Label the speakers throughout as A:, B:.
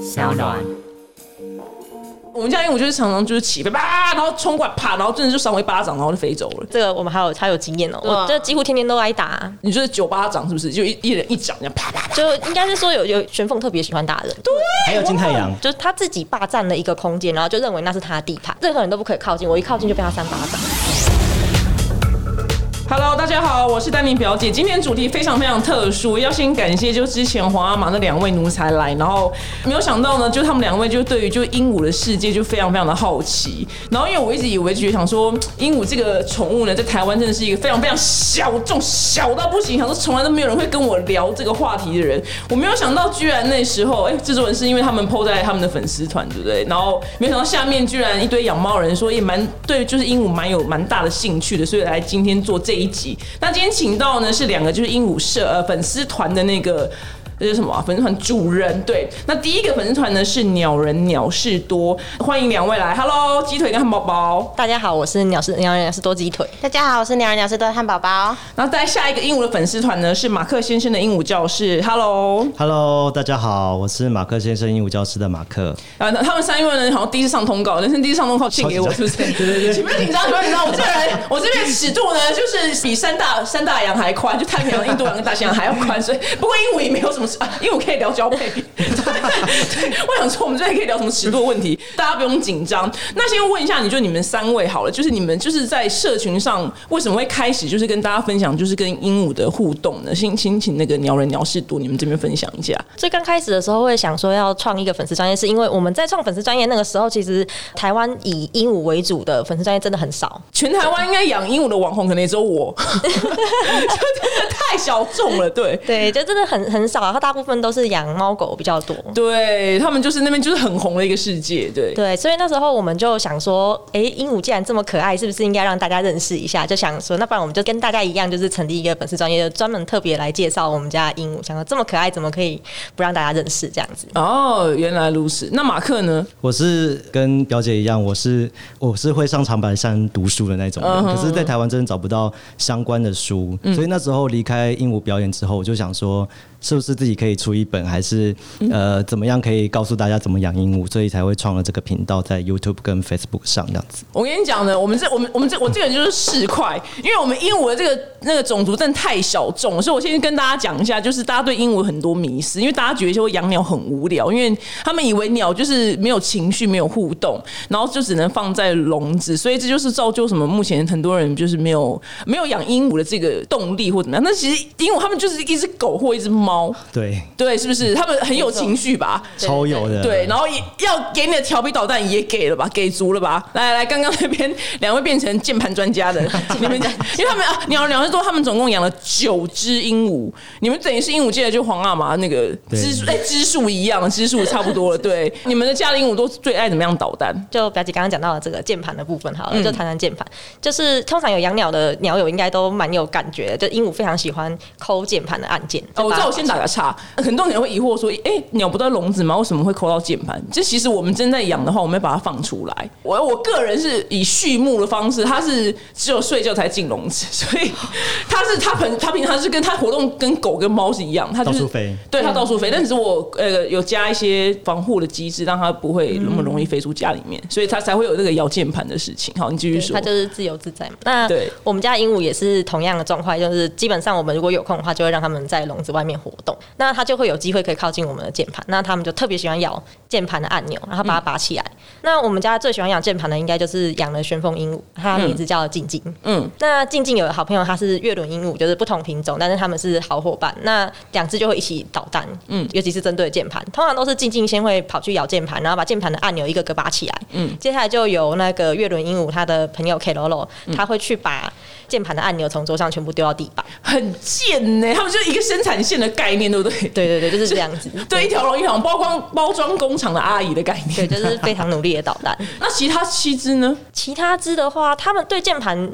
A: 小暖。
B: 我们家鹦鹉就是常常就是起飞吧，然后冲过来啪，然后真的就赏我一巴掌，然后就飞走了。
C: 这个我们还有还有经验哦、
B: 对啊
C: 我这几乎天天都挨打、啊
B: 你就是九巴掌是不是？就一一人一掌这样啪啪啪。
C: 就应该是说有有玄凤特别喜欢打人，
A: 还有金太阳，
C: 就是他自己霸占了一个空间，然后就认为那是他的地盘，任何人都不可以靠近，我一靠近就被他三巴掌。
B: Hello，大家好，我是丹妮表姐。今天主题非常非常特殊，要先感谢就之前皇阿玛那两位奴才来，然后没有想到呢，就他们两位就对于就鹦鹉的世界就非常非常的好奇。然后因为我一直以为就想说鹦鹉这个宠物呢，在台湾真的是一个非常非常小众、小到不行，想说从来都没有人会跟我聊这个话题的人。我没有想到，居然那时候哎，制作人是因为他们 PO 在他们的粉丝团，对不对？然后没想到下面居然一堆养猫人说也蛮对，就是鹦鹉蛮有蛮大的兴趣的，所以来今天做这一集。那今天请到呢是两个就是鹦鹉社呃粉丝团的那个。这是什么啊、粉丝团主人对，那第一个粉丝团呢是鸟人鸟事多，欢迎两位来，Hello，鸡腿跟汉堡包。
C: 大家好，我是鸟是鸟人，是多鸡腿。
D: 大家好，我是鸟儿鸟是多的汉堡包。
B: 然后再下一个鹦鹉的粉丝团呢是马克先生的鹦鹉教室，Hello。
A: Hello，大家好，我是马克先生鹦鹉教师的马克。
B: 啊，那他们三位呢，好像第一次上通告，人生第一次上通告献给我，是不是？对对对，请不要紧张，请不要紧张。我这个人，我这边尺度呢，就是比三大三大洋还宽，就太平洋、印度洋跟大西洋还要宽，所以不过鹦鹉也没有什么事，啊、鹦鹉可以聊交配。 对，对我想说，我们这边可以聊什么尺度的问题，大家不用紧张。那先问一下，你就你们三位好了，就是你们就是在社群上为什么会开始就是跟大家分享，就是跟鹦鹉的互动呢？先请请那个鸟人鸟事多，你们这边分享一下。
C: 最刚开始的时候会想说要创一个粉丝专业，是因为我们在创粉丝专业那个时候，其实台湾以鹦鹉为主的粉丝专业真的很少。
B: 全台湾应该养鹦鹉的网红，可能也只有我， 就真的太小众了。对，
C: 对，就真的很很少，它大部分都是养猫狗比较多。
B: 对他们就是那边就是很红的一个世界。对，
C: 对，所以那时候我们就想说，诶，鹦鹉既然这么可爱，是不是应该让大家认识一下？就想说，那不然我们就跟大家一样，就是成立一个粉丝专业，专门特别来介绍我们家的鹦鹉。想说这么可爱，怎么可以不让大家认识这样子？
B: 哦，原来如此。那马克呢？
A: 我是跟表姐一样，我是我是会上长白山读书的那种
B: 嗯
A: 人，可是，在台湾真的找不到相关的书，所以那时候离开鹦鹉表演之后，我就想说，是不是自己可以出一本，还是呃
B: 嗯
A: 怎么样可以告诉大家怎么养鹦鹉，所以才会创了这个频道在 YouTube 跟 Facebook 上这样子。
B: 我跟你讲呢，我们这我们我们这我这个人就是市侩，因为我们鹦鹉的这个那个种族真的太小众，所以我先跟大家讲一下，就是大家对鹦鹉很多迷思，因为大家觉得说养鸟很无聊，因为他们以为鸟就是没有情绪、没有互动，然后就只能放在笼子，所以这就是造就什么目前很多人就是没有没有养鹦鹉的这个动力或怎么样。那其实鹦鹉他们就是一只狗或一只猫，
A: 对，
B: 对，是不是？他们很有情绪吧？
A: 超有的。
B: 对，然后也要给你的调皮捣蛋也给了吧，给足了吧。来来，刚刚那边两位变成键盘 专家的，你们因为他们啊，鸟鸟是说他们总共养了九只鹦鹉，你们等于是鹦鹉界的就皇阿玛那个
A: 对
B: 只数哎只数一样，只数差不多了。对，你们的家的鹦鹉都最爱怎么样捣蛋？
C: 就表姐刚刚讲到的这个键盘的部分好
B: 嗯
C: 了，就谈谈键盘。就是通常有养鸟的鸟友应该都蛮有感觉的，就鹦鹉非常喜欢抠键盘的按键。
B: 哦，我知道，我先
C: 打。
B: 打个岔。很多人会疑惑说：“哎、鸟不都在笼子吗？为什么会抠到键盘？”这其实我们真在养的话，我们要把它放出来。我我个人是以畜牧的方式，它是只有睡觉才进笼子， 所以它是它平它平常是跟它活动跟狗跟猫是一样，它就是
A: 到处飞
B: 对啊它到处飞。但只是我呃有加一些防护的机制，让它不会那么容易飞出家里面，所以它才会有这个摇键盘的事情。好，你继续
C: 对
B: 说。
C: 它就是自由自在嘛。那
B: 对
C: 我们家鹦鹉也是同样的状况，就是基本上我们如果有空的话，就会让它们在笼子外面活动，那它就会有机会可以靠近我们的键盘，那它们就特别喜欢咬键盘的按钮，然后把它拔起来。那我们家最喜欢养键盘的，应该就是养了旋风鹦鹉，它的名字叫静静。
B: 嗯，
C: 那静静有个好朋友，它是月轮鹦鹉，就是不同品种，但是它们是好伙伴。那两只就会一起捣蛋，嗯，尤其是针对键盘，通常都是静静先会跑去咬键盘，然后把键盘的按钮一个个拔起来，嗯，接下来就由那个月轮鹦鹉他的朋友 K 罗罗，他会去把键盘的按钮从桌上全部丢到地板。
B: 很贱呢、他们就是一个生产线的概念，对不对？
C: 对对 对，就是这样子。
B: 对，一条龙一条龙，包装包装工厂的阿姨的概
C: 对，
B: 念。
C: 就是非常努力的捣蛋。
B: 那其他七只呢？
C: 其他只的话，他们对键盘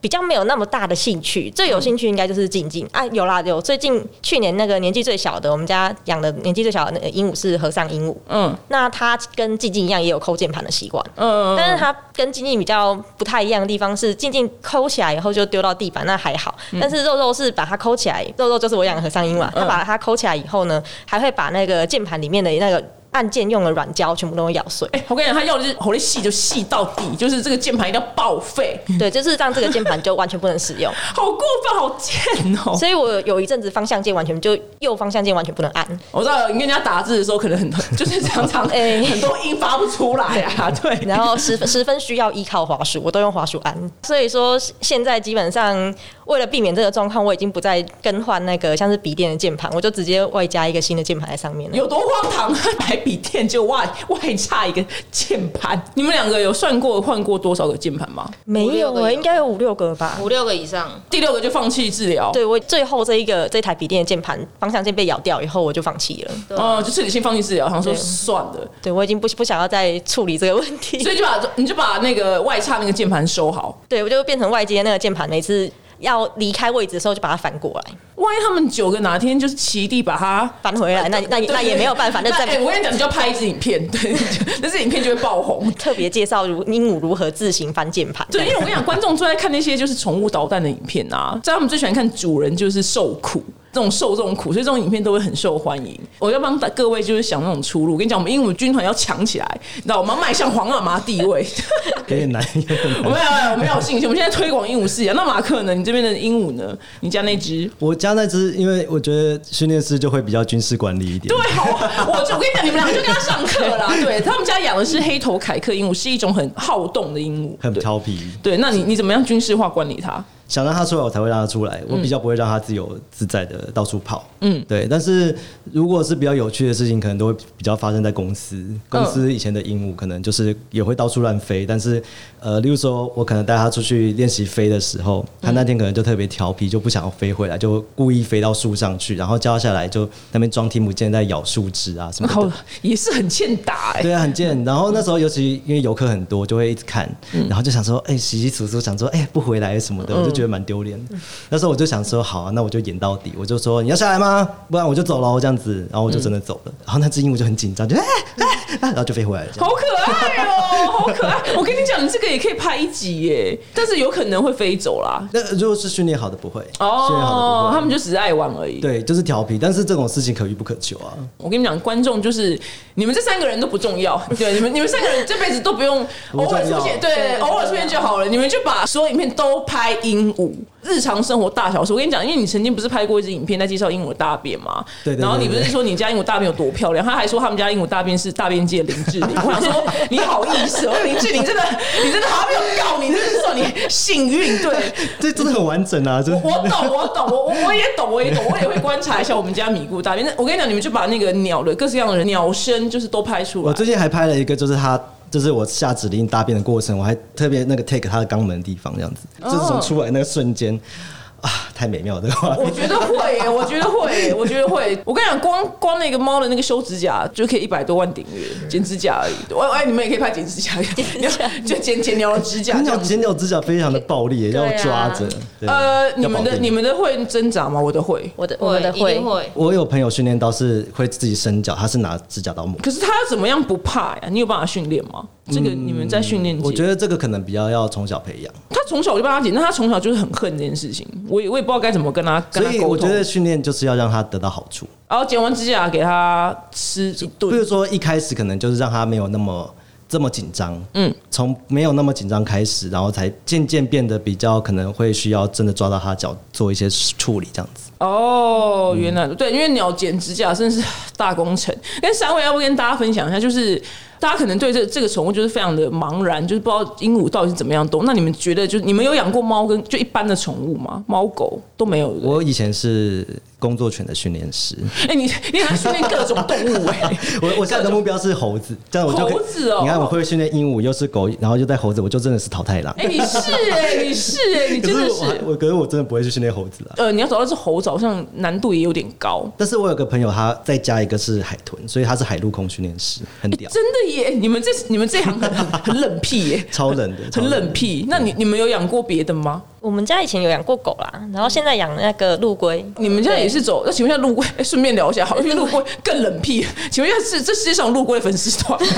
C: 比较没有那么大的兴趣，最有兴趣应该就是静静、啊，有啦有。最近去年那个年纪最小的，我们家养的年纪最小的那个鹦鹉是和尚鹦鹉，
B: 嗯
C: 那它跟静静一样也有抠键盘的习惯，
B: 嗯，
C: 但是它跟静静比较不太一样的地方是，静静抠起来以后就丢到地板，那还好。但是肉肉是把它啊抠起来，肉肉就是我养的和尚鹦鹉嘛，它把它抠起来以后呢，还会把那个键盘里面的那个。按键用的软胶全部都会 咬碎。
B: 哎、我跟你讲，他要的就是火力细，就细到底，就是这个键盘一定要报废，
C: 对，就是让这个键盘就完全不能使用。
B: 好过分，好贱哦、
C: 所以我有一阵子方向键完全就右方向键完全不能按，
B: 我知道你跟人家打字的时候，可能很多就是常常
C: 哎
B: 很多音发不出来啊，对。
C: 然后十十分需要依靠滑鼠，我都用滑鼠按。所以说现在基本上为了避免这个状况，我已经不再更换那个像是笔电的键盘，我就直接外加一个新的键盘在上面了。
B: 有多荒唐？买笔电就外外差一个键盘，你们两个有算过换过多少个键盘吗？
C: 没有
D: 五六个
C: 欸
D: 有
C: 应该有五六个吧。
D: 五六个以上，
B: 第六个就放弃治疗，
C: 对我最后这一个这台笔电的键盘方向键被咬掉以后，我就放弃了。
D: 对
B: 哦、就彻底性放弃治疗，然后说
C: 对
B: 算了，
C: 对我已经不不想要再处理这个问题，
B: 所以就把你就把那个外插那个键盘收好。
C: 对我就变成外接那个键盘，每次要离开位置的时候就把它反过来
B: 万一他们九个哪天就是齐地把它。
C: 翻回来，那那
B: 对
C: 那也没有办法，那再
B: 哎、我跟你讲，你就要拍一支影片， 对，那支影片就会爆红。
C: 特别介绍如鹦鹉如何自行翻键盘。
B: 对，因为我跟你 讲，观众最爱看那些就是宠物捣蛋的影片啊，在他们最喜欢看主人就是受苦，这种受这种苦，所以这种影片都会很受欢迎。我要帮大各位就是想那种出路。我跟你讲，我们鹦鹉军团要强起来，你知道，我们要迈向皇阿玛地位。
A: 有点难，有点难。
B: 我们要，我们要有信心。我们现在推广鹦鹉事业。那马克呢？你这边的鹦鹉呢？你家那只？
A: 我家那只，因为我觉得训练师就会比较军事管理一点。
B: 对，好，我 就我跟你讲，你们两个就跟他上课啦。 对他们家养的是黑头凯克鹦鹉，是一种很好动的鹦鹉，
A: 很
B: 对
A: 调皮，
B: 对，那你你怎么样军事化管理它？
A: 想让它出来，我才会让它出来。我比较不会让它自由自在的到处跑。嗯，对。但是如果是比较有趣的事情，可能都会比较发生在公司。公司以前的鹦鹉可能就是也会到处乱飞，但是呃，例如说我可能带它出去练习飞的时候，它那天可能就特别调皮，就不想要飞回来，就故意飞到树上去，然后叫它下来就那边装听不见，在咬树枝啊什么的。
B: 好，也是很欠打哎、
A: 对啊，很贱。然后那时候尤其因为游客很多，就会一直看，
B: 嗯
A: 然后就想说，哎、洗洗簌簌，想说，哎、不回来什么的，我就觉得蛮丢脸的。那时候我就想说，好、啊，那我就演到底，我就说你要下来吗？不然我就走了，这样子。然后我就真的走
B: 嗯
A: 了。然后那只鹦鹉就很紧张，就哎哎、啊然后就飞回来了。这样
B: 好可爱哦、 好可爱！我跟你讲，你这个也可以拍一集耶，但是有可能会飞走啦。
A: 那如果是训练好的不会，训练好
B: 哦
A: 的，不
B: 他
A: 会。
B: 们就只是爱玩而已。
A: 对，就是调皮，但是这种事情可遇不可求啊。
B: 我跟你讲，观众就是你们这三个人都不重 要，对，你们你们三个人这辈子都不用
A: 不
B: 偶
A: 重要
B: 尔出现，对，偶尔出现就好了。你们就把所有影片都拍鹦鹉，日常生活大小事。我跟你讲，因为你曾经不是拍过一支影片在介绍鹦鹉的大便吗？
A: 对对对
B: 然后你不是
A: 对
B: 说你家鹦鹉大便有多漂亮？他还说他们家鹦鹉大便是大便界的林志玲。我想说你好意思哦，林志玲真的，你真的好没有告你，真的是说你幸运对。
A: 这真的很完整啊，真
B: 我
A: 的。
B: 懂，我懂，我我我也懂，我也懂，我也会观察一下我们家米姑大便。那我跟你讲，你们就把那个鸟的各式各样的鸟声，就是都拍出
A: 我
B: 来。
A: 最近还拍了一个，就是他，就是我下指令大便的过程，我还特别那个 take 他的肛门的地方，这样子，就是从出来那个瞬间，啊，太美妙了这个画
B: 哦我
A: 面。
B: 觉得会耶，我觉得会耶，我觉得 会。我跟你讲，光光那个猫的那个修指甲就可以一百多万订阅，剪指甲而已。我哎，你们也可以拍剪指甲， 就剪剪鸟的指甲
A: 剪
B: 这
A: 鸟
B: 样子。
A: 剪鸟指甲非常的暴力，要抓着。对
B: 啊呃，你们的你。
A: 要保定
B: 们的会挣扎吗？我的会。
C: 我的我
D: 会
C: 们的
D: 一定
C: 会，
D: 会。
A: 我有朋友训练到是会自己伸脚，他是拿指甲刀磨。
B: 可是他要怎么样不怕呀？你有办法训练吗？这个你们在训练界，
A: 我觉得这个可能比较要从小培养，
B: 他从小就帮他剪，但他从小就是很恨这件事情，我也我也不知道该怎么跟他跟
A: 所
B: 他
A: 以
B: 沟
A: 我觉
B: 通。
A: 得训练就是要让他得到好处。
B: 然后剪完指甲给他吃一
A: 比如
B: 顿，
A: 说一开始可能就是让他没有那么这么紧张，
B: 嗯
A: 嗯，从没有那么紧张开始，然后才渐渐变得比较可能会需要真的抓到他的脚做一些处理这样子。
B: 哦，原来对，因为鸟剪指甲真的是大工程。跟三位要不跟大家分享一下，就是大家可能对这这个宠物就是非常的茫然，就是不知道鹦鹉到底是怎么样动。那你们觉得，就是你们有养过猫跟就一般的宠物吗？猫狗都没有。对不对
A: 我以前是工作犬的训练 师，
B: 哎、你你还训练各种动物哎、
A: 我我现在的目标是猴子，这样我就可以
B: 猴子哦
A: 你看我会训练鹦鹉，又是狗，然后又带猴子，我就真的是淘汰狼。
B: 哎、你是哎、你是哎、你
A: 可
B: 真的
A: 是
B: 是
A: 我还。我可是我真的不会去训练猴子啊。
B: 呃，你要找到这猴子，好像难度也有点高。
A: 但是我有个朋友，他再加一个是海豚，所以他是海陆空训练师，很屌，
B: 真的耶！你们这你们这行很很很冷僻耶，
A: 超冷的，超
B: 很
A: 冷的
B: 冷僻。那你你们有养过别的吗？
C: 我们家以前有养过狗啦，然后现在养那个陆龟。
B: 你们家也是走？那请问一下陆龟，哎顺、便聊一下好了，因为陆龟更冷僻。请问一下，是这世界上有陆龟的粉丝团吗？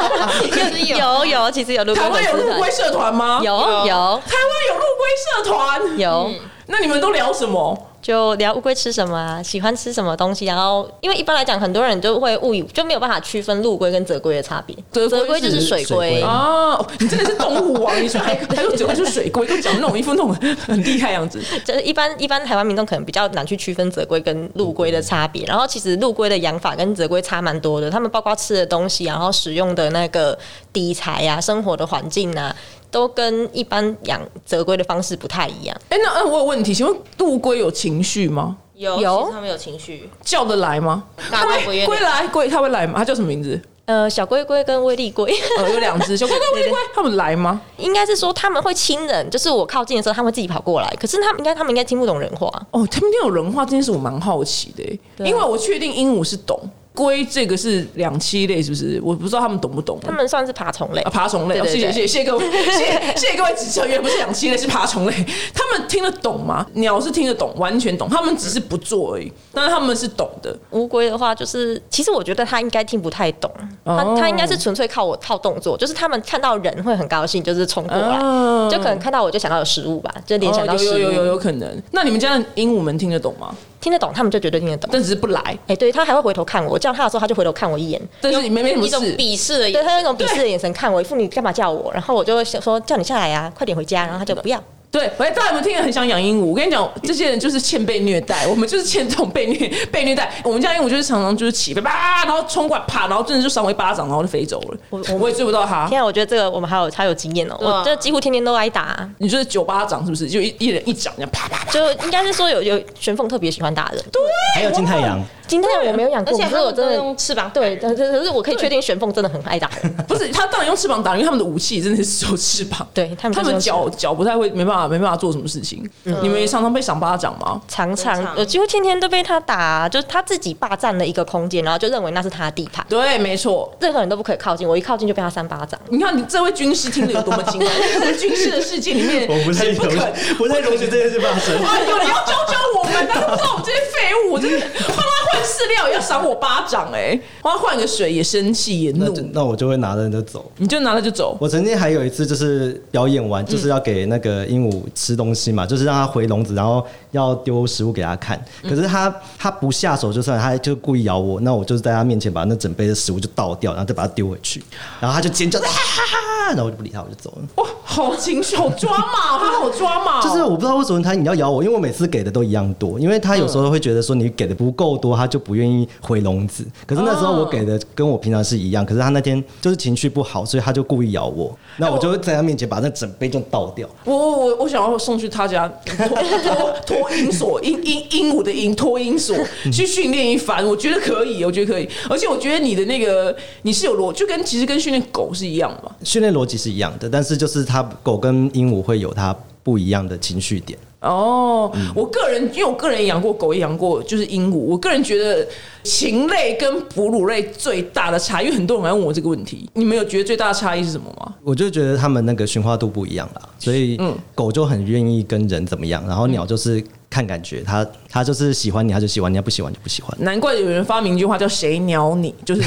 D: 其实有
C: 有有，其实有陆龟
B: 台湾
C: 粉
B: 有
C: 丝
B: 陆龟
C: 团，
B: 社团吗？
C: 有有
B: 台湾有陆龟社团。
C: 有，
D: 嗯
B: 那你们都聊什么？
C: 就聊乌龟吃什么啊，喜欢吃什么东西。然后，因为一般来讲，很多人就会误以就没有办法区分陆龟跟泽龟的差别。
B: 泽龟
C: 泽龟就是是水
A: 水
C: 龟
A: 龟，
B: 哦，你真的是动物王！你说还还有只会就是水龟，都讲那种一副那种很厉害样子。
C: 就是一般一般台湾民众可能比较难去区分泽龟跟陆龟的差别。然后，其实陆龟的养法跟泽龟差蛮多的，他们包括吃的东西，啊然后使用的那个底材啊、生活的环境啊，都跟一般养泽龟的方式不太一样。
B: 哎、那、呃、我有问题，请问陆龟有情绪吗？
D: 有
C: 有
D: 其实他们有情绪，
B: 叫得来吗？
D: 大
B: 它
D: 龟
B: 会
D: 不愿
B: 龟
D: 意。
B: 来龟，它会来吗？它叫什么名字？
C: 呃，小龟龟跟威力龟。
B: 呃，有两只小龟龟龟龟，它们来吗？
C: 应该是说他们会亲人，就是我靠近的时候，他们会自己跑过来。可是他们应该他们应该听不懂人话，
B: 哦，他们听有人话这件事我蛮好奇的欸、
C: 对啊
B: 因为我确定鹦鹉是懂，龟这个是两栖类，是不是？我不知道他们懂不懂。
C: 他们算是爬虫类
B: 啊，。爬虫类，
C: 对
B: 哦
C: 对
B: 谢谢
C: 对
B: 谢谢谢谢各位，谢谢谢谢各位指正，原不是两栖类，是爬虫类。他们听得懂吗？鸟是听得懂，完全懂，他们只是不做而已，但是他们是懂的。
C: 乌龟的话，就是其实我觉得它应该听不太懂，
B: 哦
C: 它它应该是纯粹靠我靠动作，就是他们看到人会很高兴，就是冲过来，
B: 哦
C: 啊就可能看到我就想到有食物吧，就联想到
B: 哦
C: 食物，
B: 有有有有有可能。那你们家的鹦鹉们听得懂吗？
C: 听得懂，他们就绝对听得懂。
B: 但只是不来，
C: 哎、对，它还会回头看我，我叫它的时候，它就回头看我一眼，
B: 但是你没没什么
D: 一种
B: 事。
D: 鄙视的
C: 对，
D: 眼
C: 它用一种鄙视的眼神看我，一副你干嘛叫我？然后我就会想说叫你下来啊，快点回家，然后它就不要。
B: 对，哎，大家有没有听得很想养鹦鹉？我跟你讲，这些人就是欠被虐待， 我们就是欠这种被虐 被虐待。我们家鹦鹉就是常常就是起飞吧，然后冲过来啪，然后真的就赏我一巴掌，然后就飞走了。我我也追不到它。
C: 天啊，我觉得这个我们还有还有经验哦、
D: 对啊
C: 我这几乎天天都挨打啊、
B: 你就是九巴掌是不是？就一一人一掌这样啪啪啪。
C: 就应该是说有有玄凤特别喜欢打人。对，
A: 还有金太阳，
C: 今天我没有养过，
D: 啊而且
C: 可是
D: 他
C: 我
D: 们
C: 真
D: 都
C: 的
D: 用翅膀
C: 对，但是可是我可以确定玄凤真的 很爱打人。
B: 不是，他当然用翅膀打，因为他们的武器真的是手翅膀。
C: 对他们
B: 他
C: 就
B: 们
C: 是嗯用翅膀
B: 脚脚不太会，没办法没办法做什么事情。你们也常常被赏巴掌吗？
C: 常
D: 很
C: 常
D: 常
C: 我几乎天天都被他打、就是他自己霸占了一个空间，然后就认为那是他的地盘，
B: 对，没错。
C: 任何人都不可以靠近。我一靠近就被他三巴掌。
B: 你看，你这位军师听得有多么精 彩，在军师的世界里 面，
A: 我不太
B: 很不
A: 容
B: 可能。
A: 许，不太容许这件事发生。
B: 啊，有人要教教我们，大家不知道我们这些废物，我真的帮他换饲料也要赏我巴掌哎、帮他换个水也生气也
A: 那
B: 怒
A: 就，那我就会拿着就走。
B: 你就拿了就走。
A: 我曾经还有一次就是表演完，就是要给那个鹦鹉吃东西嘛，就是让它回笼子，然后要丢食物给它看。可是它它不下手就算了，它就故意咬我，那我就是在它面前把那整杯的食物就倒掉，然后再把它丢回去，然后它就尖叫，啊哈哈哈，然后我就不理它，我就走了。
B: 哇，好情绪，好抓马，他好抓马、
A: 就是我不知道为什么它你要咬我，因为我每次给的都一样多，因为它有时候会觉得说你给的不够多，它就不愿意回笼子。可是那时候我给的跟我平常是一样，可是它那天就是情绪不好，所以它就故意咬我，那我就在它面前把那整杯就倒掉。
B: 我我我我想要送去他家脱脱脱音所鹦鹦鹦鹉的鹦脱音所去训练一番，我觉得可以，我觉得可以，而且我觉得你的那个你是有逻，就跟其实跟训练狗是一样的嘛。
A: 训练逻辑是一样的，但是就是它狗跟鹦鹉会有它不一样的情绪点。
B: 哦，我个人因为我个人也养过狗，也养过就是鹦鹉。我个人觉得禽类跟哺乳类最大的差，因为很多人来问我这个问题，你们有觉得最大的差异是什么吗？
A: 我就觉得它们那个驯化度不一样啦，所以狗就很愿意跟人怎么样，然后鸟就是看感觉，它它就是喜欢你，它就喜欢你，它不喜欢就不喜欢。
B: 难怪有人发明一句话叫“谁鸟你”， 就是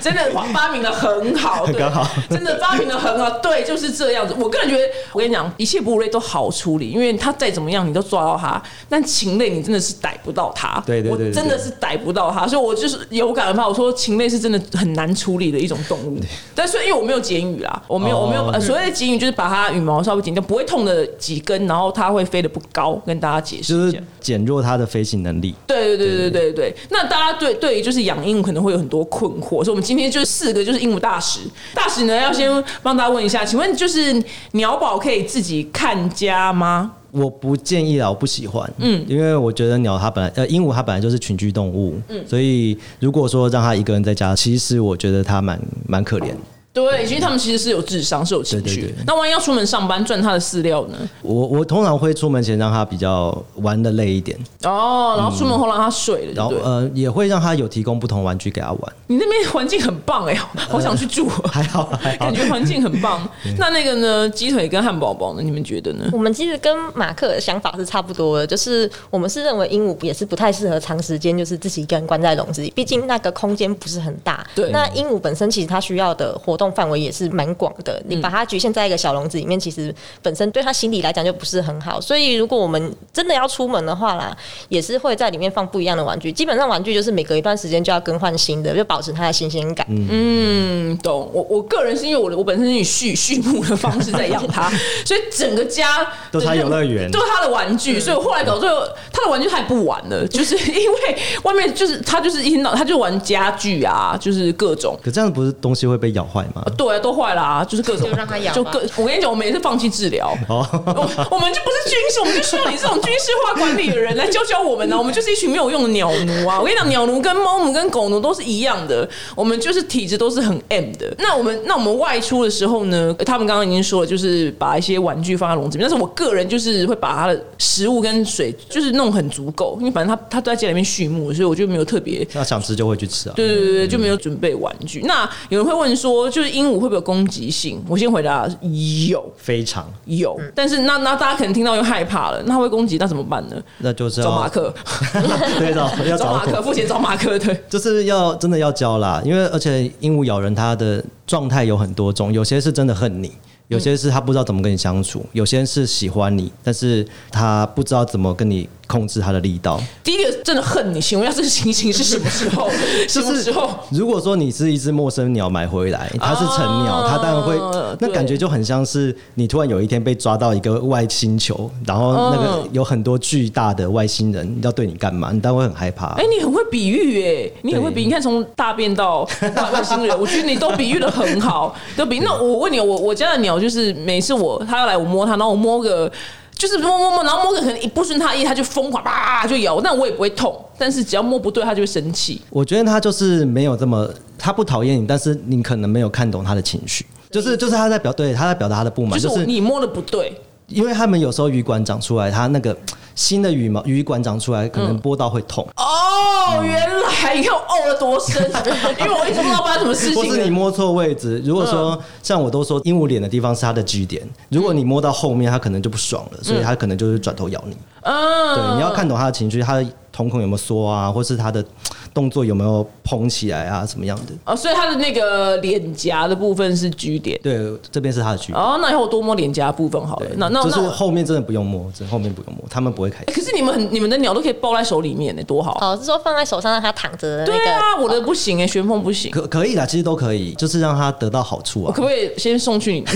B: 真的发明的很好，对
A: 刚好
B: 真的发明的很好， 对，就是这样子。我个人觉得，我跟你讲，一切哺乳类都好处理，因为它再怎么样你都抓到它，但禽类你真的是逮不到它，
A: 对对对对
B: 我真的
A: 对
B: 是逮不到它，所以我就是有感而发，我说禽类是真的很难处理的一种动物。但是因为我没有剪羽啦，我没有、
A: 哦
B: 我没有把所谓的剪羽就是把它羽毛稍微剪掉，不会痛的几根，然后它会飞得不高，跟大家解释
A: 就
B: 一下
A: 是。减弱它的飞行能力。
B: 对对对对对对。那大家对对于就是养鹦鹉可能会有很多困惑，所以我们今天就是四个就是鹦鹉大使。大使呢要先帮大家问一下，请问就是鸟宝可以自己看家吗？
A: 我不建议啦，我不喜欢，嗯，因为我觉得鸟它本来呃鹦鹉它本来就是群居动物，嗯，所以如果说让它一个人在家，其实我觉得它蛮蛮可怜。
B: 对，其实他们其实是有智商，是有情
A: 对
B: 绪。
A: 对对
B: 那万一要出门上班赚他的饲料呢？
A: 我我通常会出门前让它比较玩的累一点，
B: 哦，然后出门后让他睡了，对
A: 然
B: 不
A: 后
B: 对？
A: 呃也会让它有提供不同玩具给它 玩。
B: 你那边环境很棒哎、好想去住，
A: 还 好还好
B: 感觉环境很 棒。那那个呢，鸡腿跟汉堡包呢？你们觉得呢？
C: 我们其实跟马克的想法是差不多的，就是我们是认为鹦鹉也是不太适合长时间就是自己一个人关在笼子里，毕竟那个空间不是很大。
B: 对
C: 那鹦鹉本身其实它需要的活动范围也是蛮广的。你把它局限在一个小笼子里面，其实本身对他心理来讲就不是很好。所以如果我们真的要出门的话啦，也是会在里面放不一样的玩具。基本上玩具就是每隔一段时间就要更换新的，就保持它的新鲜感。
B: 嗯，懂。我我个人是因为我的我本身是以畜畜牧的方式在养 它，所以整个家
A: 都是它游乐园嗯
B: 都是它的玩具，所以我后来搞最后，它的玩具它也不玩了，就是因为外面就是它就是一天到它就玩家具啊，就是各种。
A: 可这样不是东西会被咬坏吗？
B: 对啊，都坏啦、就是各种
D: 就让它咬吧
B: 就各我跟你讲，我们也是放弃治疗，
A: 哦，
B: 我我们就不是军事，我们就需要你这种军事化管理的人来教教我们啊呢、我们就是一群没有用的鸟奴啊！我跟你讲，鸟奴跟猫奴跟狗奴都是一样的，我们就是体质都是很 M 的。那我们那我们外出的时候呢，他们刚刚已经说了，就是把一些玩具放在笼子里面。但是我个人就是会把它的食物跟水就是弄很足够，因为反正它它都在家里面畜牧，所以我就没有特别
A: 那想吃就会去吃啊。
B: 对对对对，就没有准备玩具。那有人会问说，就是鹦鹉会不会有攻击性？我先回答有
A: 非常，
B: 有，但是那那大家可能听到又害怕了，那它会攻击，那怎么办呢？
A: 那就是
B: 找马
A: 要
B: 克，
A: 对的， 要
B: 啊找
A: 找
B: 马克，
A: 狗，
B: 付钱找马克，对，
A: 就是要真的要教啦，因为而且鹦鹉咬人它的状态有很多种，有些是真的恨你。
B: 嗯
A: 有些是它不知道怎么跟你相处，有些是喜欢你，但是它不知道怎么跟你控制它的力道。
B: 第一个真的恨你，请问一下这个情形是什么时 候？什么时候？
A: 如果说你是一只陌生鸟买回来，它是成鸟，
B: 啊
A: 它当然会，那
B: 对
A: 感觉就很像是你突然有一天被抓到一个外星球，然后那个
B: 嗯
A: 有很多巨大的外星人要对你干嘛，你当然会很害怕。
B: 哎、你很会比喻哎、你很会比，
A: 对
B: 你看从大 便到外外星人，我觉得你都比喻的很好，都比。那我问你，哦我我家的鸟就是每次我它要来我摸它，然后我摸个。就是摸摸摸，然后摸个可能一不顺它意，它就疯狂叭就咬，但我也不会痛，但是只要摸不对，它就会生气。
A: 我觉得他就是没有这么，他不讨厌你，但是你可能没有看懂他的情绪。就是就是他在表对他在表达他的不满，
B: 就是
A: 就
B: 我
A: 是
B: 你摸的不对，
A: 因为他们有时候羽管长出来，他那个新的羽毛羽管长出来，可
B: 嗯
A: 能拨到会痛，嗯
B: 哦，原来你看我哦了多深， 因为我一直不知道发生什么事
A: 或是你
B: 情。
A: 摸错位置。如果说、像我都说鹦鹉脸的地方是它的据点，如果你摸到后面，它可能就不爽了，所以它可能就是转头咬你。
B: 嗯，
A: 对，你要看懂它的情绪，它的瞳孔有没有缩啊，或是它的动作有没有膨起来啊，什么样的？
B: 哦，所以它的那个脸颊的部分是 G 点。
A: 对，这边是它的据点。
B: 哦，那以后多摸脸颊的部分好了。那那
A: 就是
B: 那我、
A: 后面真的不用摸，真的后面不用摸，他们不会开
B: 欸可是你们很你们的鸟都可以抱在手里面呢、多好。
C: 哦，是说放在手上让它躺着的那
B: 对
C: 个。哦
B: 啊，我的不行哎、旋风不行。
A: 可可以啦，其实都可以，就是让他得到好处
B: 我
A: 啊
B: 可。不可以先送 去你？我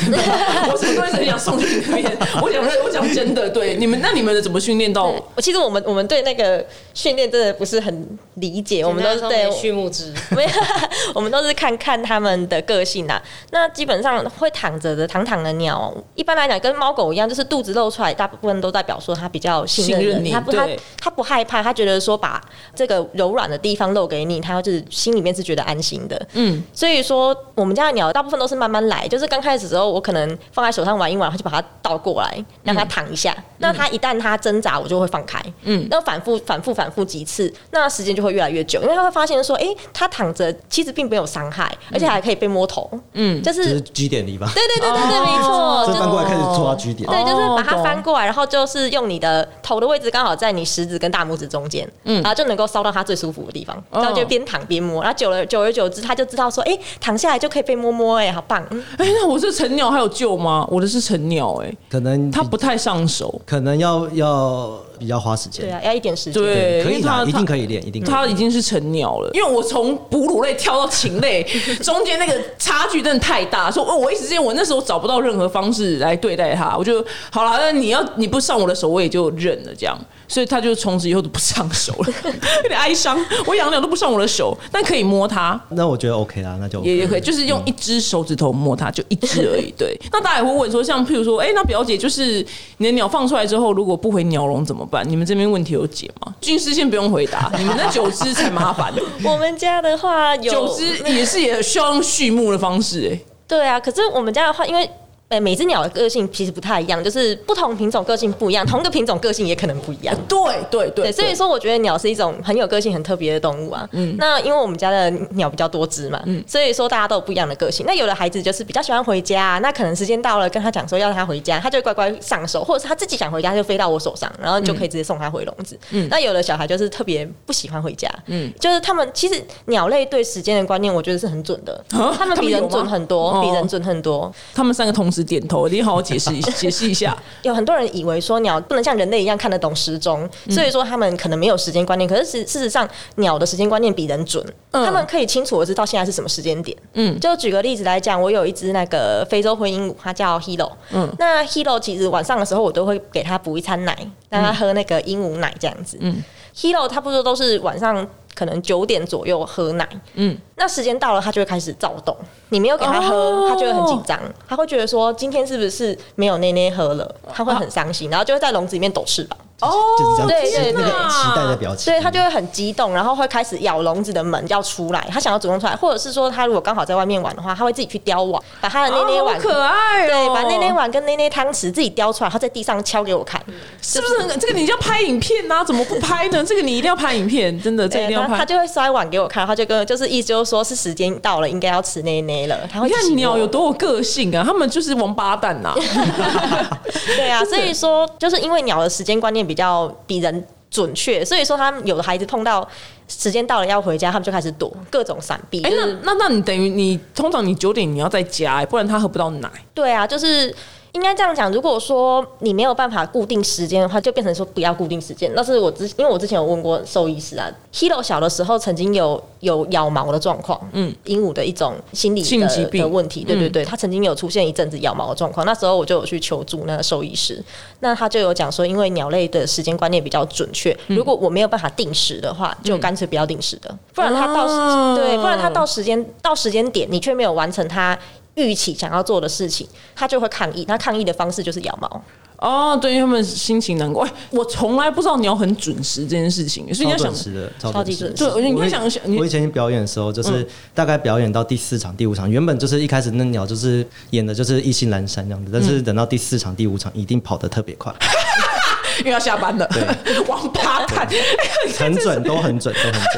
B: 什么东西很想送去你那边？ 我讲我讲真的，对你们那你们的怎么训练到
C: 对我其实我们我们对那个训练真的不是很理解，我们都是对
D: 对畜牧之，
C: 没有， 我们都是看看他们的个性啊。那基本上会躺着的躺躺的鸟，一般来讲跟猫狗一样，就是肚子露出来，大部分都代表说它比较信任
B: 信任
C: 人
B: 你
C: 它不它
B: 对
C: 它不害怕，它觉得说把这个柔软的地方露给你，它就是心里面是觉得安心的。
B: 嗯，
C: 所以说我们家的鸟大部分都是慢慢来，就是刚开始的时候，我可能放在手上玩一玩，它就把它倒过来，让它躺一下。那它一旦它挣扎，我就会放开。
B: 嗯
C: 嗯，那反复、反复、反复几次，那时间就会越来越久，因为它会发现说，诶，它躺着其实并没有伤害，而且还可以被摸头。
B: 嗯
C: 嗯，就
A: 就是
C: 是
A: 据点地方，
C: 对对对对对，
B: 哦
C: 没错，
A: 这
C: 就是
A: 翻过来开始抓据点。
C: 对，就是把
B: 哦
C: 它
B: 懂
C: 翻过来，然后就是用你的头的位置刚好在你食指跟大拇指中间，嗯，然后就能够烧到它最舒服的地方，
B: 哦
C: 然后就边躺边摸，然后久了久而久之，它就知道说，哎、躺下来就可以被摸摸、哎，好棒，嗯
B: 哎、那我是成鸟还有救吗？我的是成鸟、哎，
A: 可能
B: 它
A: 比
B: 不太上手，
A: 可能要要比较花时间。
C: 对啊，要一点时间。
B: 对，
A: 可
B: 因
A: 以
B: 为它
A: 啦，一定
B: 以。
A: 可以练，一定可以
B: 它
A: 练。
B: 已经是成鸟了，因为我从哺乳类跳到禽类， 中间那个差距真的太大，所以我我一时之间我那时候找不到任何方式来对待它，我就好了，那你要你不上我的手，我也就认了这样，所以它就从此以后都不上手了， 有点哀伤。我养鸟都不上我的手，但可以摸它，
A: 那我觉得 OK 啦，那就
B: 也
A: OK
B: 也可以，就是用一只手指头摸它，就一只而已。 对，那大家也会问说，像譬如说，哎、那表姐，就是你的鸟放出来之后，如果不回鸟笼怎么办？你们这边问题有解 吗？军师先不用回答，你们那九只才麻 烦，
C: 我们家的话 有
B: 九只也是也需要用畜牧的方式、哎，
C: 对啊，可是我们家的话，因为呃，每只鸟的个性其实不太一样，就是不同品种个性不一样，同个品种个性也可能不一样。
B: 对对对
C: 对，所以说我觉得鸟是一种很有个性、很特别的动物啊。嗯，那因为我们家的鸟比较多只嘛，所以说大家都有不一样的个性。那有的孩子就是比较喜欢回家、啊那可能时间到了，跟他讲说要让他回家，他就会乖乖上手，或者是他自己想回家他就飞到我手上，然后就可以直接送他回笼子。嗯，那有的小孩就是特别不喜欢回家，嗯，就是他们其实鸟类对时间的观念，我觉得是很准的，
B: 啊
C: 哦他们比
B: 他们有吗
C: 人准很多，比
B: 哦
C: 人准很多。
B: 他们三个同时点头，你好好解 释一解释一下。
C: 有很多人以为说鸟不能像人类一样看得懂时钟，所以说他们可能没有时间观念。可是事事实上，鸟的时间观念比人准，
B: 嗯
C: 他们可以清楚的知道现在是什么时间点。
B: 嗯
C: 就举个例子来讲，我有一只那个非洲灰鹦鹉，它叫 Hero。
B: 嗯
C: 嗯，那 Hero 其实晚上的时候，我都会给它补一餐奶，让它喝那个鹦鹉奶这样子。
B: 嗯
C: 嗯，Hero 差不多都是晚上可能九点左右喝奶。
B: 嗯，
C: 那时间到了，它就会开始躁动。你没有给它喝
B: 哦，
C: 它就会很紧张，它会觉得说今天是不是没有奶奶喝了，它会很伤心，然后就会在笼子里面抖翅膀。
B: 哦
A: 就是这样
C: 对
A: 期
C: 对
A: 那个
B: 对
A: 期待的表情。
C: 所以他就会很激动，然后会开始咬笼子的门要出来，他想要主动出来，或者是说他如果刚好在外面玩的话，他会自己去叼网，把他的
B: 哦
C: 内内碗、
B: 好可爱哦
C: 对，把内内碗跟内内汤匙自己叼出来，然后在地上敲给我看，
B: 是不是很这个你要拍影片呐、怎么不拍呢？这个你一定要拍影片，真的，这个一定要
C: 他他
B: 拍。
C: 就会摔碗给我看，然后就跟就是意思就是说是时间到了，应该要吃内内了，他会
B: 你
C: 提
B: 看
C: 醒
B: 鸟
C: 哦我
B: 有多有个性啊，他们就是王八蛋啊呐、
C: 对啊，
B: 真的
C: 所以说就是因为鸟的时间观念比较比人准确，所以说他们有的孩子碰到时间到了要回家，他们就开始躲，各种闪避。
B: 哎、
C: 就是
B: 那那那你等于你通常你九点你要在家、哎不然他喝不到奶。
C: 对啊，就是。应该这样讲，如果说你没有办法固定时间的话，就变成说不要固定时间。那是我之，因为我之前有问过兽医师啊，Hero 小的时候曾经有有咬毛的状况，
B: 嗯
C: 嗯，鹦鹉的一种心理
B: 性疾
C: 的
B: 病
C: 的问题，对
B: 嗯
C: 对对，他曾经有出现一阵子咬毛的状况，那时候我就有去求助那个兽医师，那他就有讲说，因为鸟类的时间观念比较准确，
B: 嗯
C: 如果我没有办法定时的话，就干脆不要定时的，不然他到时、
B: 哦
C: 对，不然他到时间到时间点，你却没有完成他预期想要做的事情，他就会抗议。那抗议的方式就是咬毛。
B: 哦，对，因为他们心情难过。哎、我从来不知道鸟很准时这件事情，所以
A: 超
B: 你要想
A: 准，时的，超
C: 超
A: 准
C: 级
A: 时的。
B: 对，你
A: 我
B: 要
A: 以
B: 想，你嗯
A: 我以前表演的时候，就是大概表演到第四场、第五场，原本就是一开始那鸟就是演的就是意兴阑珊这样子，但
B: 嗯
A: 是等到第四场、第五场，一定跑得特别快，
B: 因为要下班了， 王八蛋，哎
A: 很准，都很准，都很准。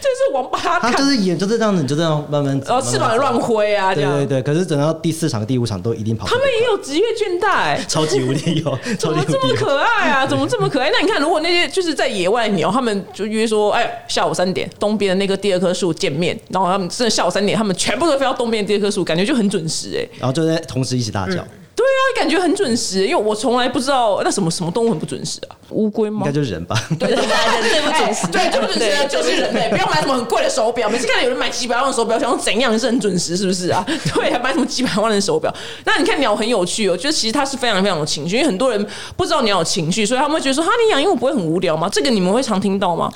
B: 这是王八
A: 他
B: 蛋
A: 就，是演就是这样子，你就这样慢慢走，
B: 然
A: 慢慢
B: 后哦翅膀
A: 走
B: 乱挥啊，这
A: 对
B: 样。
A: 对对，可是等到第四场、第五场都一定跑得
B: 他
A: 特
B: 们
A: 别快，
B: 也有职业倦怠、
A: 超级无理由，
B: 怎
A: 超级
B: 么
A: 无
B: 这么
A: 理由。
B: 可爱啊？怎么这么可爱？那你看，如果那些就是在野外鸟，他们就约说，哎，下午三点东边的那个第二棵树见面，然后他们真的下午三点，他们全部都飞到东边的第二棵树，感觉就很准时哎、
A: 然后就在同时一起大叫，
B: 对啊，感觉很准时、因为我从来不知道那什么什么动物很不准时啊，乌龟
A: 应
B: 吗
A: 该？就是人吧？
C: 对，人最不准时，
B: 对，就不准时啊，就是人类，不要买什么很贵的手表。每次看到有人买几百万的手表，想说怎样是很准时，是不是啊？对，还买什么几百万的手表？那你看鸟很有趣哦，就是其实它是非常非常有情绪，因为很多人不知道鸟有情绪，所以他们会觉得说，哈，你养鹦鹉不会很无聊吗？这个你们会常听到吗？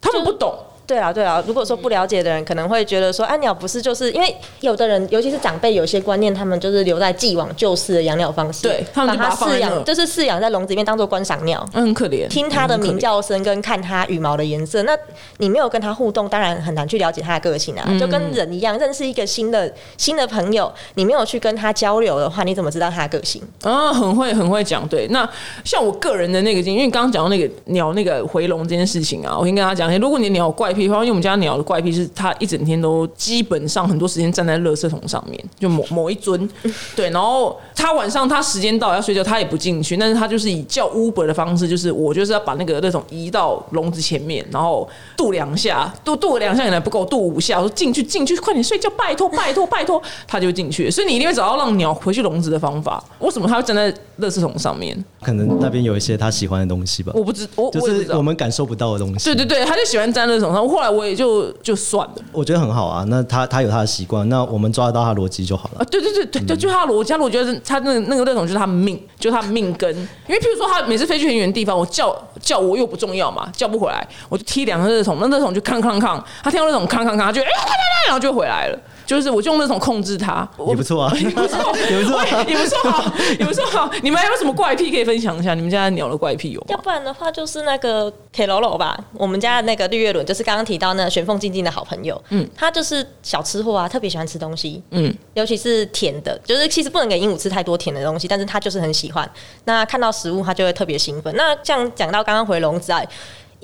B: 他们不懂。
C: 对啊，对啊。如果说不了解的人，可能会觉得说，啊，鸟不是就是因为有的人，尤其是长辈，有些观念，他们就是留在既往旧式的养鸟方式，
B: 对他们就把
C: 把
B: 它放在
C: 饲
B: 那
C: 养，就是饲养在笼子里面当做观赏鸟。
B: 嗯很可怜，
C: 听它的
B: 嗯
C: 鸣，叫声跟看它羽毛的颜色，那你没有跟它互动，当然很难去了解它的个性啊。就跟人一样，认识一个新的新的朋友，你没有去跟他交流的话，你怎么知道他的个性？
B: 很可怜啊，很会很会讲。对，那像我个人的那个经验，因为刚刚讲到那个鸟那个回笼这件事情啊，我先跟大家讲一下，如果你的鸟有怪癖的话，因为我们家鸟的怪癖是它一整天都基本上很多时间站在垃圾桶上面，就某某一尊，对，然后它晚上它时间到了要睡觉，它也不进去，但是它就是以叫 Uber 的方式，就是我就是要把那个垃圾桶移到笼子前面，然后跺两下，跺跺两下也来不够，跺五下，我说进去进去，快点睡觉，拜托拜托拜托，它就进去了，所以你一定会找到让鸟回去笼子的方法。为什么它会站在垃圾桶上面？
A: 可能那边有一些他喜欢的东西吧，
B: 我不知我
A: 就
B: 我也不知
A: 是
B: 道
A: 我。们感受不到的东西。
B: 对对对，它就喜欢站在垃圾桶上。后来我也就就算了。
A: 我觉得很好啊。那他他有他的习惯，那我们抓得到他的逻辑就好了
B: 啊，。对对对对对，就他的逻辑，他逻辑就是他那个那个那种就是他命，就是他命根。因为譬如说他每次飞去很远的地方，我叫叫我又不重要嘛，叫不回来，我就踢两个热桶，那热桶就康康康，他听到热桶康康康，他就哎、快来来，然后就回来了。就是我就用那种控制它。
A: 也不错啊，也不错， 也不错啊。
B: 也不错好，也不错好。你们还有什么怪癖可以分享一下？你们家鸟的怪癖有
C: 要
B: 吗？
C: 不然的话就是那个铁楼楼吧，我们家的那个绿月轮，就是刚刚提到那个玄凤静静的好朋友，嗯，他就是小吃货啊，特别喜欢吃东西，
B: 嗯，
C: 尤其是甜的，就是其实不能给鹦鹉吃太多甜的东西，但是他就是很喜欢。那看到食物，他就会特别兴奋。那像讲到刚刚回笼子啊。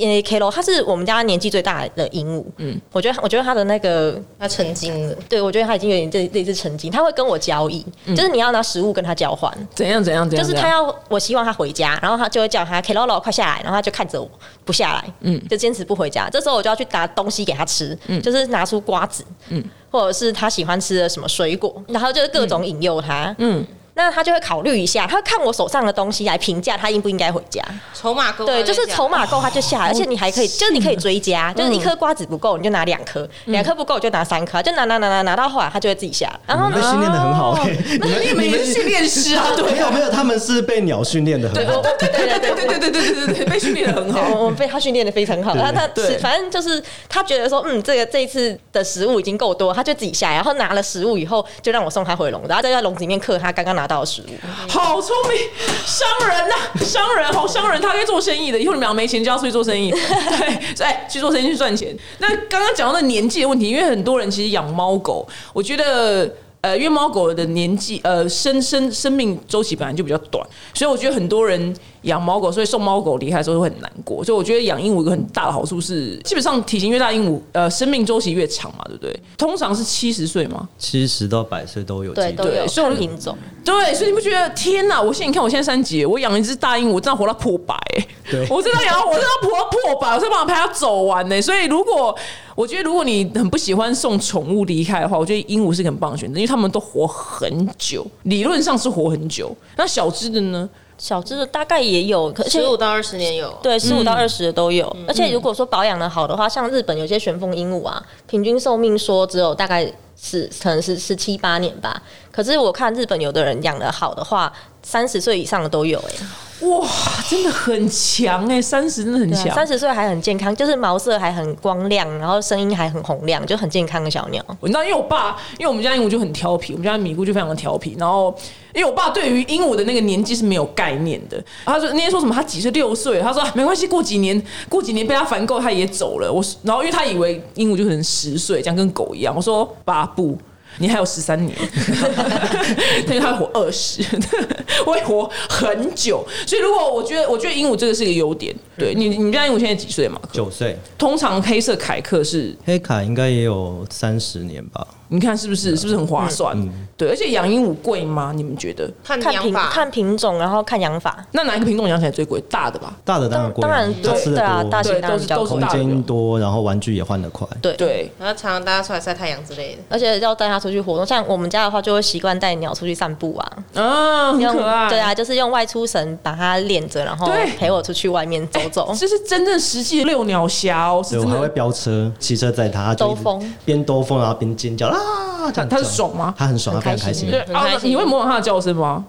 C: 诶，K 楼，它是我们家年纪最大的鹦鹉。嗯，我觉得，我觉得它的那个
D: 他成精了，
C: 对我觉得他已经有点这这次成精，他会跟我交易，就是你要拿食物跟他交换，
B: 怎样怎样怎
C: 就
B: 样？
C: 是
B: 怎
C: 他
B: 样
C: 要我希望他回家，然后他就会叫他 k e l o l o 快下来，然后他就看着我不下来，嗯，就坚持不回家。这时候我就要去拿东西给他吃，就是拿出瓜子，嗯，或者是他喜欢吃的什么水果，然后就是各种引诱他，
B: 嗯
C: 嗯。那他就会考虑一下，他会看我手上的东西来评价他应不应该回家。
D: 筹码够。
C: 对，就是筹码够他就下来，而且你还可以，就是你可以追加，就是一颗瓜子不够你就拿两颗，两颗不够就拿三颗，就拿拿拿拿拿到后来他就会自己下来。然后
A: 你们被训练的很好哎，你们
B: 哦你们也是训练师啊，对
A: 没有没有，他们是被鸟训练的很好。
B: 对对对对对对对对对对，被训练的很好。
C: 哦我我被他训练的非常好，
A: 对
C: 他他
B: 对
C: 是反正就是他觉得说，嗯，这个这一次的食物已经够多，他就自己下来，然后拿了食物以后就让我送他回笼，然后再在笼子里面刻他刚刚拿到的食物。
B: 好聪明，商人呐、商人，好商人，他可以做生意的。以后你们俩没钱就要出去做生意，对，所以哎，去做生意去赚钱。那刚刚讲到那年纪的问题，因为很多人其实养猫狗，我觉得。呃，因为猫狗的年纪，呃，生生生命周期本来就比较短，所以我觉得很多人养猫狗，所以送猫狗离开的时候会很难过。所以我觉得养鹦鹉有一个很大的好处是，基本上体型越大，鹦鹉呃生命周期越长嘛，对不对？通常是七十岁嘛，
A: 七十到百岁都有机
C: 对，
A: 会，
C: 都有嗯
B: 所以我
C: 看品种，
B: 对，所以你不觉得天哪？我现在你看，我现在三级，我养了一只大鹦鹉，我真的活到破百、欸，
A: 对
B: 我真的养，我真的活到破百，我才把它陪它走完呢、所以如果我觉得如果你很不喜欢送宠物离开的话，我觉得鹦鹉是个很棒的选择，因为它们都活很久，理论上是活很久。那小只的呢？
C: 小只的大概也有，可是
D: 十五到二十年有。
C: 对，十五到二十的都有。而且如果说保养的好的话，像日本有些玄凤鹦鹉啊，平均寿命说只有大概是可能是十七八年吧。可是我看日本有的人养的好的话，三十岁以上的都有哎、
B: 哇，真的很强哎、欸，三十真的很强。
C: 啊三十岁还很健康，就是毛色还很光亮，然后声音还很洪亮，就很健康的小鸟。
B: 我知道，因为我爸，因为我们家鹦鹉就很调皮，我们家米姑就非常的调皮。然后，因为我爸对于鹦鹉的那个年纪是没有概念的。他说那天说什么他几岁六岁，他说、啊没关系，过几年过几年被他烦够他也走了。我说然后因为他以为鹦鹉就可能十岁，这样跟狗一样。我说爸不。你还有十三年， 但是他会活二十， 我会活很久。所以，如果我觉得，我觉得鹦鹉这个是一个优点。对你，你们家鹦鹉现在几岁嘛？
A: 九岁。
B: 通常黑色凯克是
A: 黑卡应该也有三十年吧，
B: 你看是不
A: 嗯
B: 是是不是很划算？对，而且养鹦鹉贵吗？你们觉得？
D: 看
C: 看
D: 养
C: 品
D: 法，
C: 看品种，然后看养法。
B: 那哪一个品种养起来最贵？大的吧？
A: 大的当然贵啊，
C: 当然
A: 它吃
C: 对啊
A: 的
C: 大
A: 多，
C: 型
B: 对，
C: 当
B: 都
C: 然
B: 是
C: 比较
B: 都是
A: 空
B: 大
A: 间
B: 的。
A: 多，然后玩具也换得快。
C: 对，
B: 对，
D: 然后常常大家出来晒太阳之类的。
C: 而且要带它出去活动。像我们家的话，就会习惯带鸟出去散步啊，
B: 啊，很
C: 用
B: 可爱。
C: 对，啊，就是用外出绳把它链着，然后
B: 对
C: 陪我出去外面走 走。
B: 这是真正实际的遛鸟侠哦，是
A: 对，我
B: 真
A: 还会
B: 的。
A: 飙车，骑车载它，它就一直
C: 兜风
A: 边兜风，然后边尖叫啊！它
B: 它它是爽吗？
A: 它很爽，它非常开心
C: 很
B: 对
C: 开，
B: 啊，
D: 心
B: 你会模仿它的叫声吗？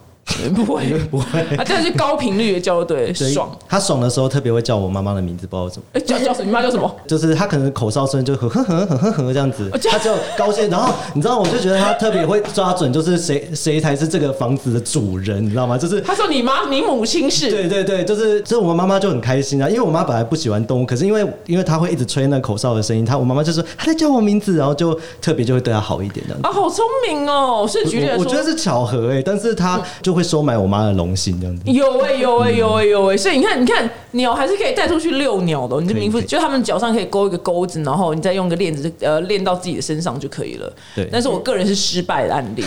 B: 不会，
A: 不会。
B: 啊，但是高频率的叫，对，
A: 对
B: 爽。，
A: 它爽的时候特别会叫我妈妈的名字，不知道为什么，
B: 哎，叫叫什么？你妈叫 什么？
A: 就是它可能口哨声就呵呵呵呵呵呵这样子，它就高兴。然后你知道，我就觉得它特别会抓准，就是谁谁才是这个房子的主人，你知道吗？就是
B: 她说你妈，你母亲 是。
A: 对对对，就是，所以我妈妈就很开心啊，因为我妈本来不喜欢动物，可是因为因为她会一直吹那口哨的声音，她我妈妈就说她在叫我名字，然后就特别就会对她好一点这样子。
B: 啊，好聪明哦！所以举例来
A: 我我觉得，
B: 说
A: 是巧合哎、但是她就会收买我妈的龙心这样子。
C: 嗯
B: 有哎、有哎、有哎、有哎、所以你看，你看鸟还是可以带出去遛鸟的哦、你这
A: 可以
B: 名副
A: 可以
B: 就他们脚上可以勾一个钩子，然后你再用个链子，呃，链到自己的身上就可以了。
A: 对
B: 但是我个人是失败的案例，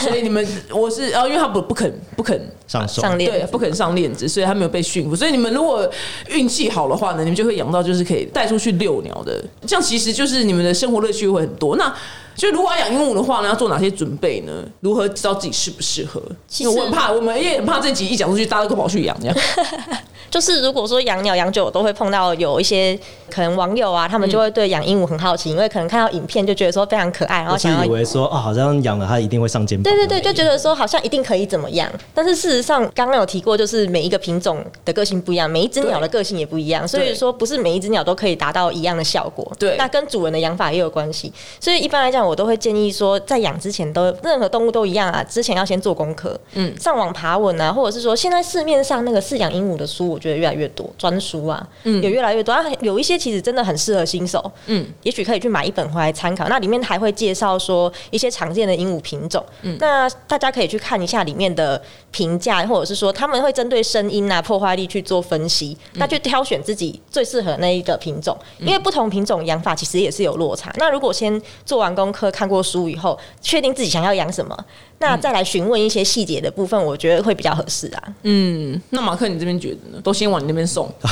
B: 所以你们我是呃，因为他不不肯不肯
A: 上手，
C: 上链
B: 对不肯上链子，所以他没有被驯服。所以你们如果运气好的话呢，你们就会养到就是可以带出去遛鸟的，这样其实就是你们的生活乐趣会很多。那就如果要养鹦鹉的话呢，要做哪些准备呢？如何知道自己适不适合？
C: 其
B: 因为我很
C: 实
B: 怕，我们也很怕这集一讲出去，大家都跑去养这样。
C: 就是如果说养鸟养久，我都会碰到有一些可能网友啊，他
B: 嗯
C: 们就会对养鹦鹉很好奇，因为可能看到影片就觉得说非常可爱，然后
A: 我是
C: 想要
A: 以为说啊，好像养了它一定会上肩膀。
C: 对对对，就觉得说好像一定可以怎么样，但是事实上，刚刚有提过，就是每一个品种的个性不一样，每一只鸟的个性也不一样，所以说不是每一只鸟都可以达到一样的效果。
B: 对
C: 那跟主人的养法也有关系。所以一般来讲，我都会建议说，在养之前都任何动物都一样啊，之前要先做功课，嗯，上网爬文啊，或者是说现在市面上那个饲养鹦鹉的书，我觉得越来越多，专书啊，嗯，有越来越多，啊，有一些其实真的很适合新手，嗯，也许可以去买一本回来参考。那里面还会介绍说一些常见的鹦鹉品种，嗯，那大家可以去看一下里面的评价，或者是说他们会针对声音啊、破坏力去做分析，那去挑选自己最适合那一个品种，因为不同品种养法其实也是有落差。那如果先做完功课、看过书以后，确定自己想要养什么，那再来询问一些细节的部分，我觉得会比较合适啊。
B: 那马克，你这边觉得呢？都先往你那边送，
A: 啊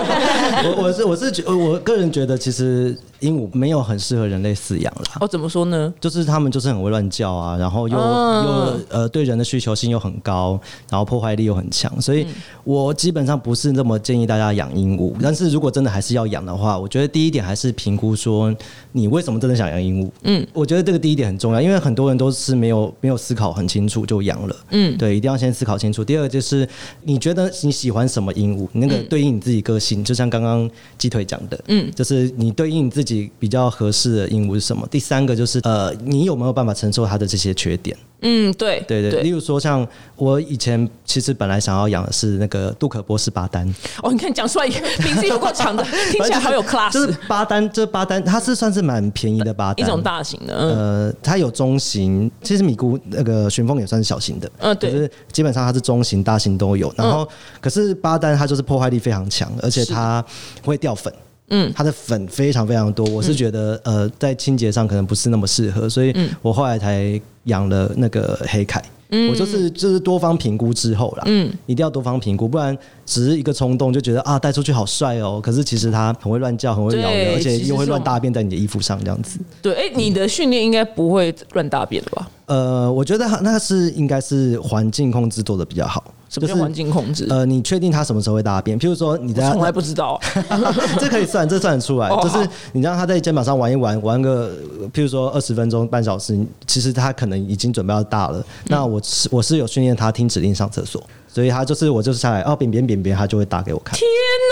A: 我我是我是觉我个人觉得，其实鹦鹉没有很适合人类饲养啦。
B: 哦，怎么说呢？
A: 就是他们就是很会乱叫啊，然后又、
B: 嗯
A: 又呃对人的需求性又很高，然后破坏力又很强，所以我基本上不是那么建议大家养鹦鹉。但是如果真的还是要养的话，我觉得第一点还是评估说你为什么真的想养鹦鹉。嗯，我觉得这个第一点很重要，因为很多人都是没有没有思考很清楚就养了。嗯，对，一定要先思考清楚。第二个就是你觉得你喜欢什么鹦鹉，那
B: 嗯
A: 个对应你自己个性，就像刚刚鸡腿讲的，嗯，就是你对应你自己比较合适的鹦鹉是什么。第三个就是呃，你有没有办法承受它的这些缺点？
B: 嗯，对，
A: 对对，例如说像我以前其实本来想要养的是那个杜可波斯巴丹，
B: 哦，你看讲出来 名字有够长 的， 听起来好有 class，
A: 就是巴丹，这巴丹它是算是蛮便宜的巴
B: 一
A: 丹，
B: 种大型的，嗯
A: 呃，它有中型，其实米姑那个旋风也算是小型的，
B: 嗯对嗯
A: 可是基本上它是中型、大型都有。然后，可是巴丹它就是破坏力非常强，而且它会掉粉。嗯，它的粉非常非常多，我是
B: 嗯
A: 觉得、呃，在清洁上可能不是那么适合，所以我后来才养了那个黑凯。
B: 嗯
A: 我就是就是多方评估之后啦，嗯，一定要多方评估，不然只是一个冲动就觉得啊带出去好帅哦，可是其实它很会乱叫，很会咬人，
B: 对
A: 而且
B: 其实
A: 又会
B: 这种
A: 乱大便在你的衣服上这样子。
B: 对，哎、你的训练应该不会乱大便的吧？
A: 呃，我觉得它那个是应该是环境控制做的比较好。
B: 什么叫
A: 就是
B: 环境控制？
A: 呃，你确定它什么时候会大便？譬如说你在
B: 我
A: 它
B: 从来不知道、
A: 这可以算，这算得出来。
B: 哦
A: 就是
B: 好
A: 你让它在肩膀上玩一玩，玩个呃譬如说二十分钟、半小时，其实它可能已经准备要大了。那
B: 嗯
A: 我是我是有训练它听指令上厕所，所以它就是我就是下来哦，便便便便，它就会打给我看。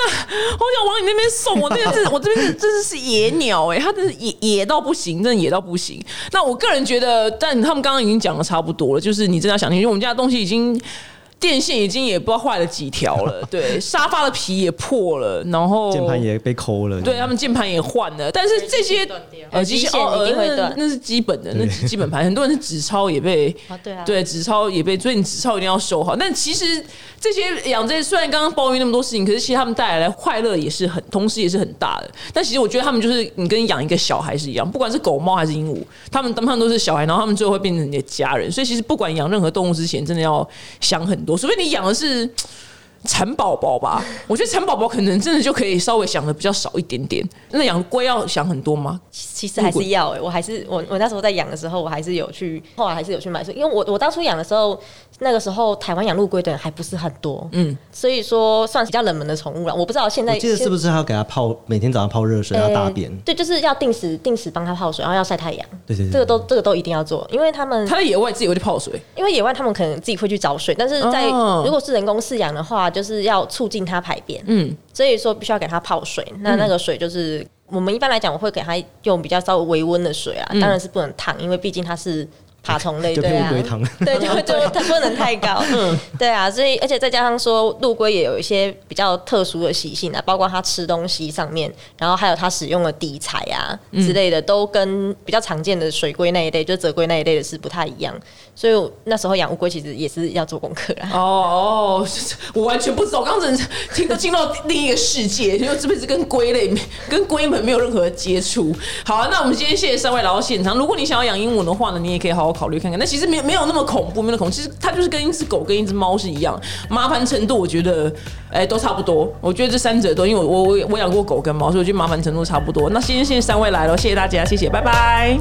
B: 我想往你那边送，我这 边是，我这边真的是野鸟哎、它真是野野到不行，真的野到不行。那我个人觉得，但他们刚刚已经讲的差不多了，就是你真的要想听，因为我们家的东西已经。电线已经也不知道坏了几条了， 对，沙发的皮也破了，然后
A: 键盘也被抠了，
B: 对他们键盘也换了，但是这些
D: 断掉
B: 耳机线
C: 耳机线
B: 哦
C: 一定会
B: 呃
C: 断
B: 那那是基本的，那是基本盘。很多人是纸钞也被
C: 哦对啊
B: 对纸钞也被，所以你纸钞一定要收好。但其实这些养这些虽然刚刚抱怨那么多事情，可是其实他们带来的快乐也是很，同时也是很大的。但其实我觉得他们就是你跟养一个小孩是一样，不管是狗猫还是鹦鹉，他们他们都是小孩，然后他们最后会变成你的家人。所以其实不管养任何动物之前，真的要想很多，除非你养的是。蚕宝宝吧，我觉得蚕宝宝可能真的就可以稍微想的比较少一点点。那养龟要想很多吗？
C: 其实还是要、欸，我还是我我那时候在养的时候，我还是有去，后来还是有去买，所以因为我我当初养的时候，那个时候台湾养陆龟的人还不是很多，嗯，所以说算是比较冷门的宠物了。我不知道现在
A: 我记得是不
C: 是
A: 是还要给它泡，每天早上泡热水，
B: 哎
A: 让它大便。
C: 对，就是要定时定时帮它泡水，然后要晒太阳，
A: 对对对
C: 这个都这个都一定要做，因为他们
B: 它在野外自己会去泡水，
C: 因为野外他们可能自己会去找水，但是在、
B: 哦
C: 如果是人工饲养的话，就是要促进它排便，
B: 嗯
C: 嗯，所以说必须要给它泡水。那那个水就是、我们一般来讲，我会给它用比较稍微微温的水啊，当然是不能烫，因为毕竟它是爬虫类，
A: 就
C: 对
A: 偏
C: 啊
A: 乌。龟汤，
C: 对，就就它不能太高， 嗯，对啊，所以而且再加上说，陆龟也有一些比较特殊的习性啊，包括它吃东西上面，然后还有它使用的底材啊之类的，都跟比较常见的水龟那一类，就泽龟那一类的是不太一样。所以我那时候养乌龟其实也是要做功课啊。
B: 哦哦，我完全不知道，我刚刚真的是听都进到另一个世界，因为这辈子跟龟类、跟龟们没有任何接触。好、啊，那我们今天谢谢三位来到现场。如果你想要养鹦鹉的话呢，你也可以好好考虑看看。那其实没没有那么恐怖，没有那么恐怖，其实它就是跟一只狗跟一只猫是一样，麻烦程度我觉得，哎、都差不多。我觉得这三者都，因为我我我我养过狗跟猫，所以我觉得麻烦程度差不多。那今天谢谢三位来了，谢谢大家，谢谢，拜拜。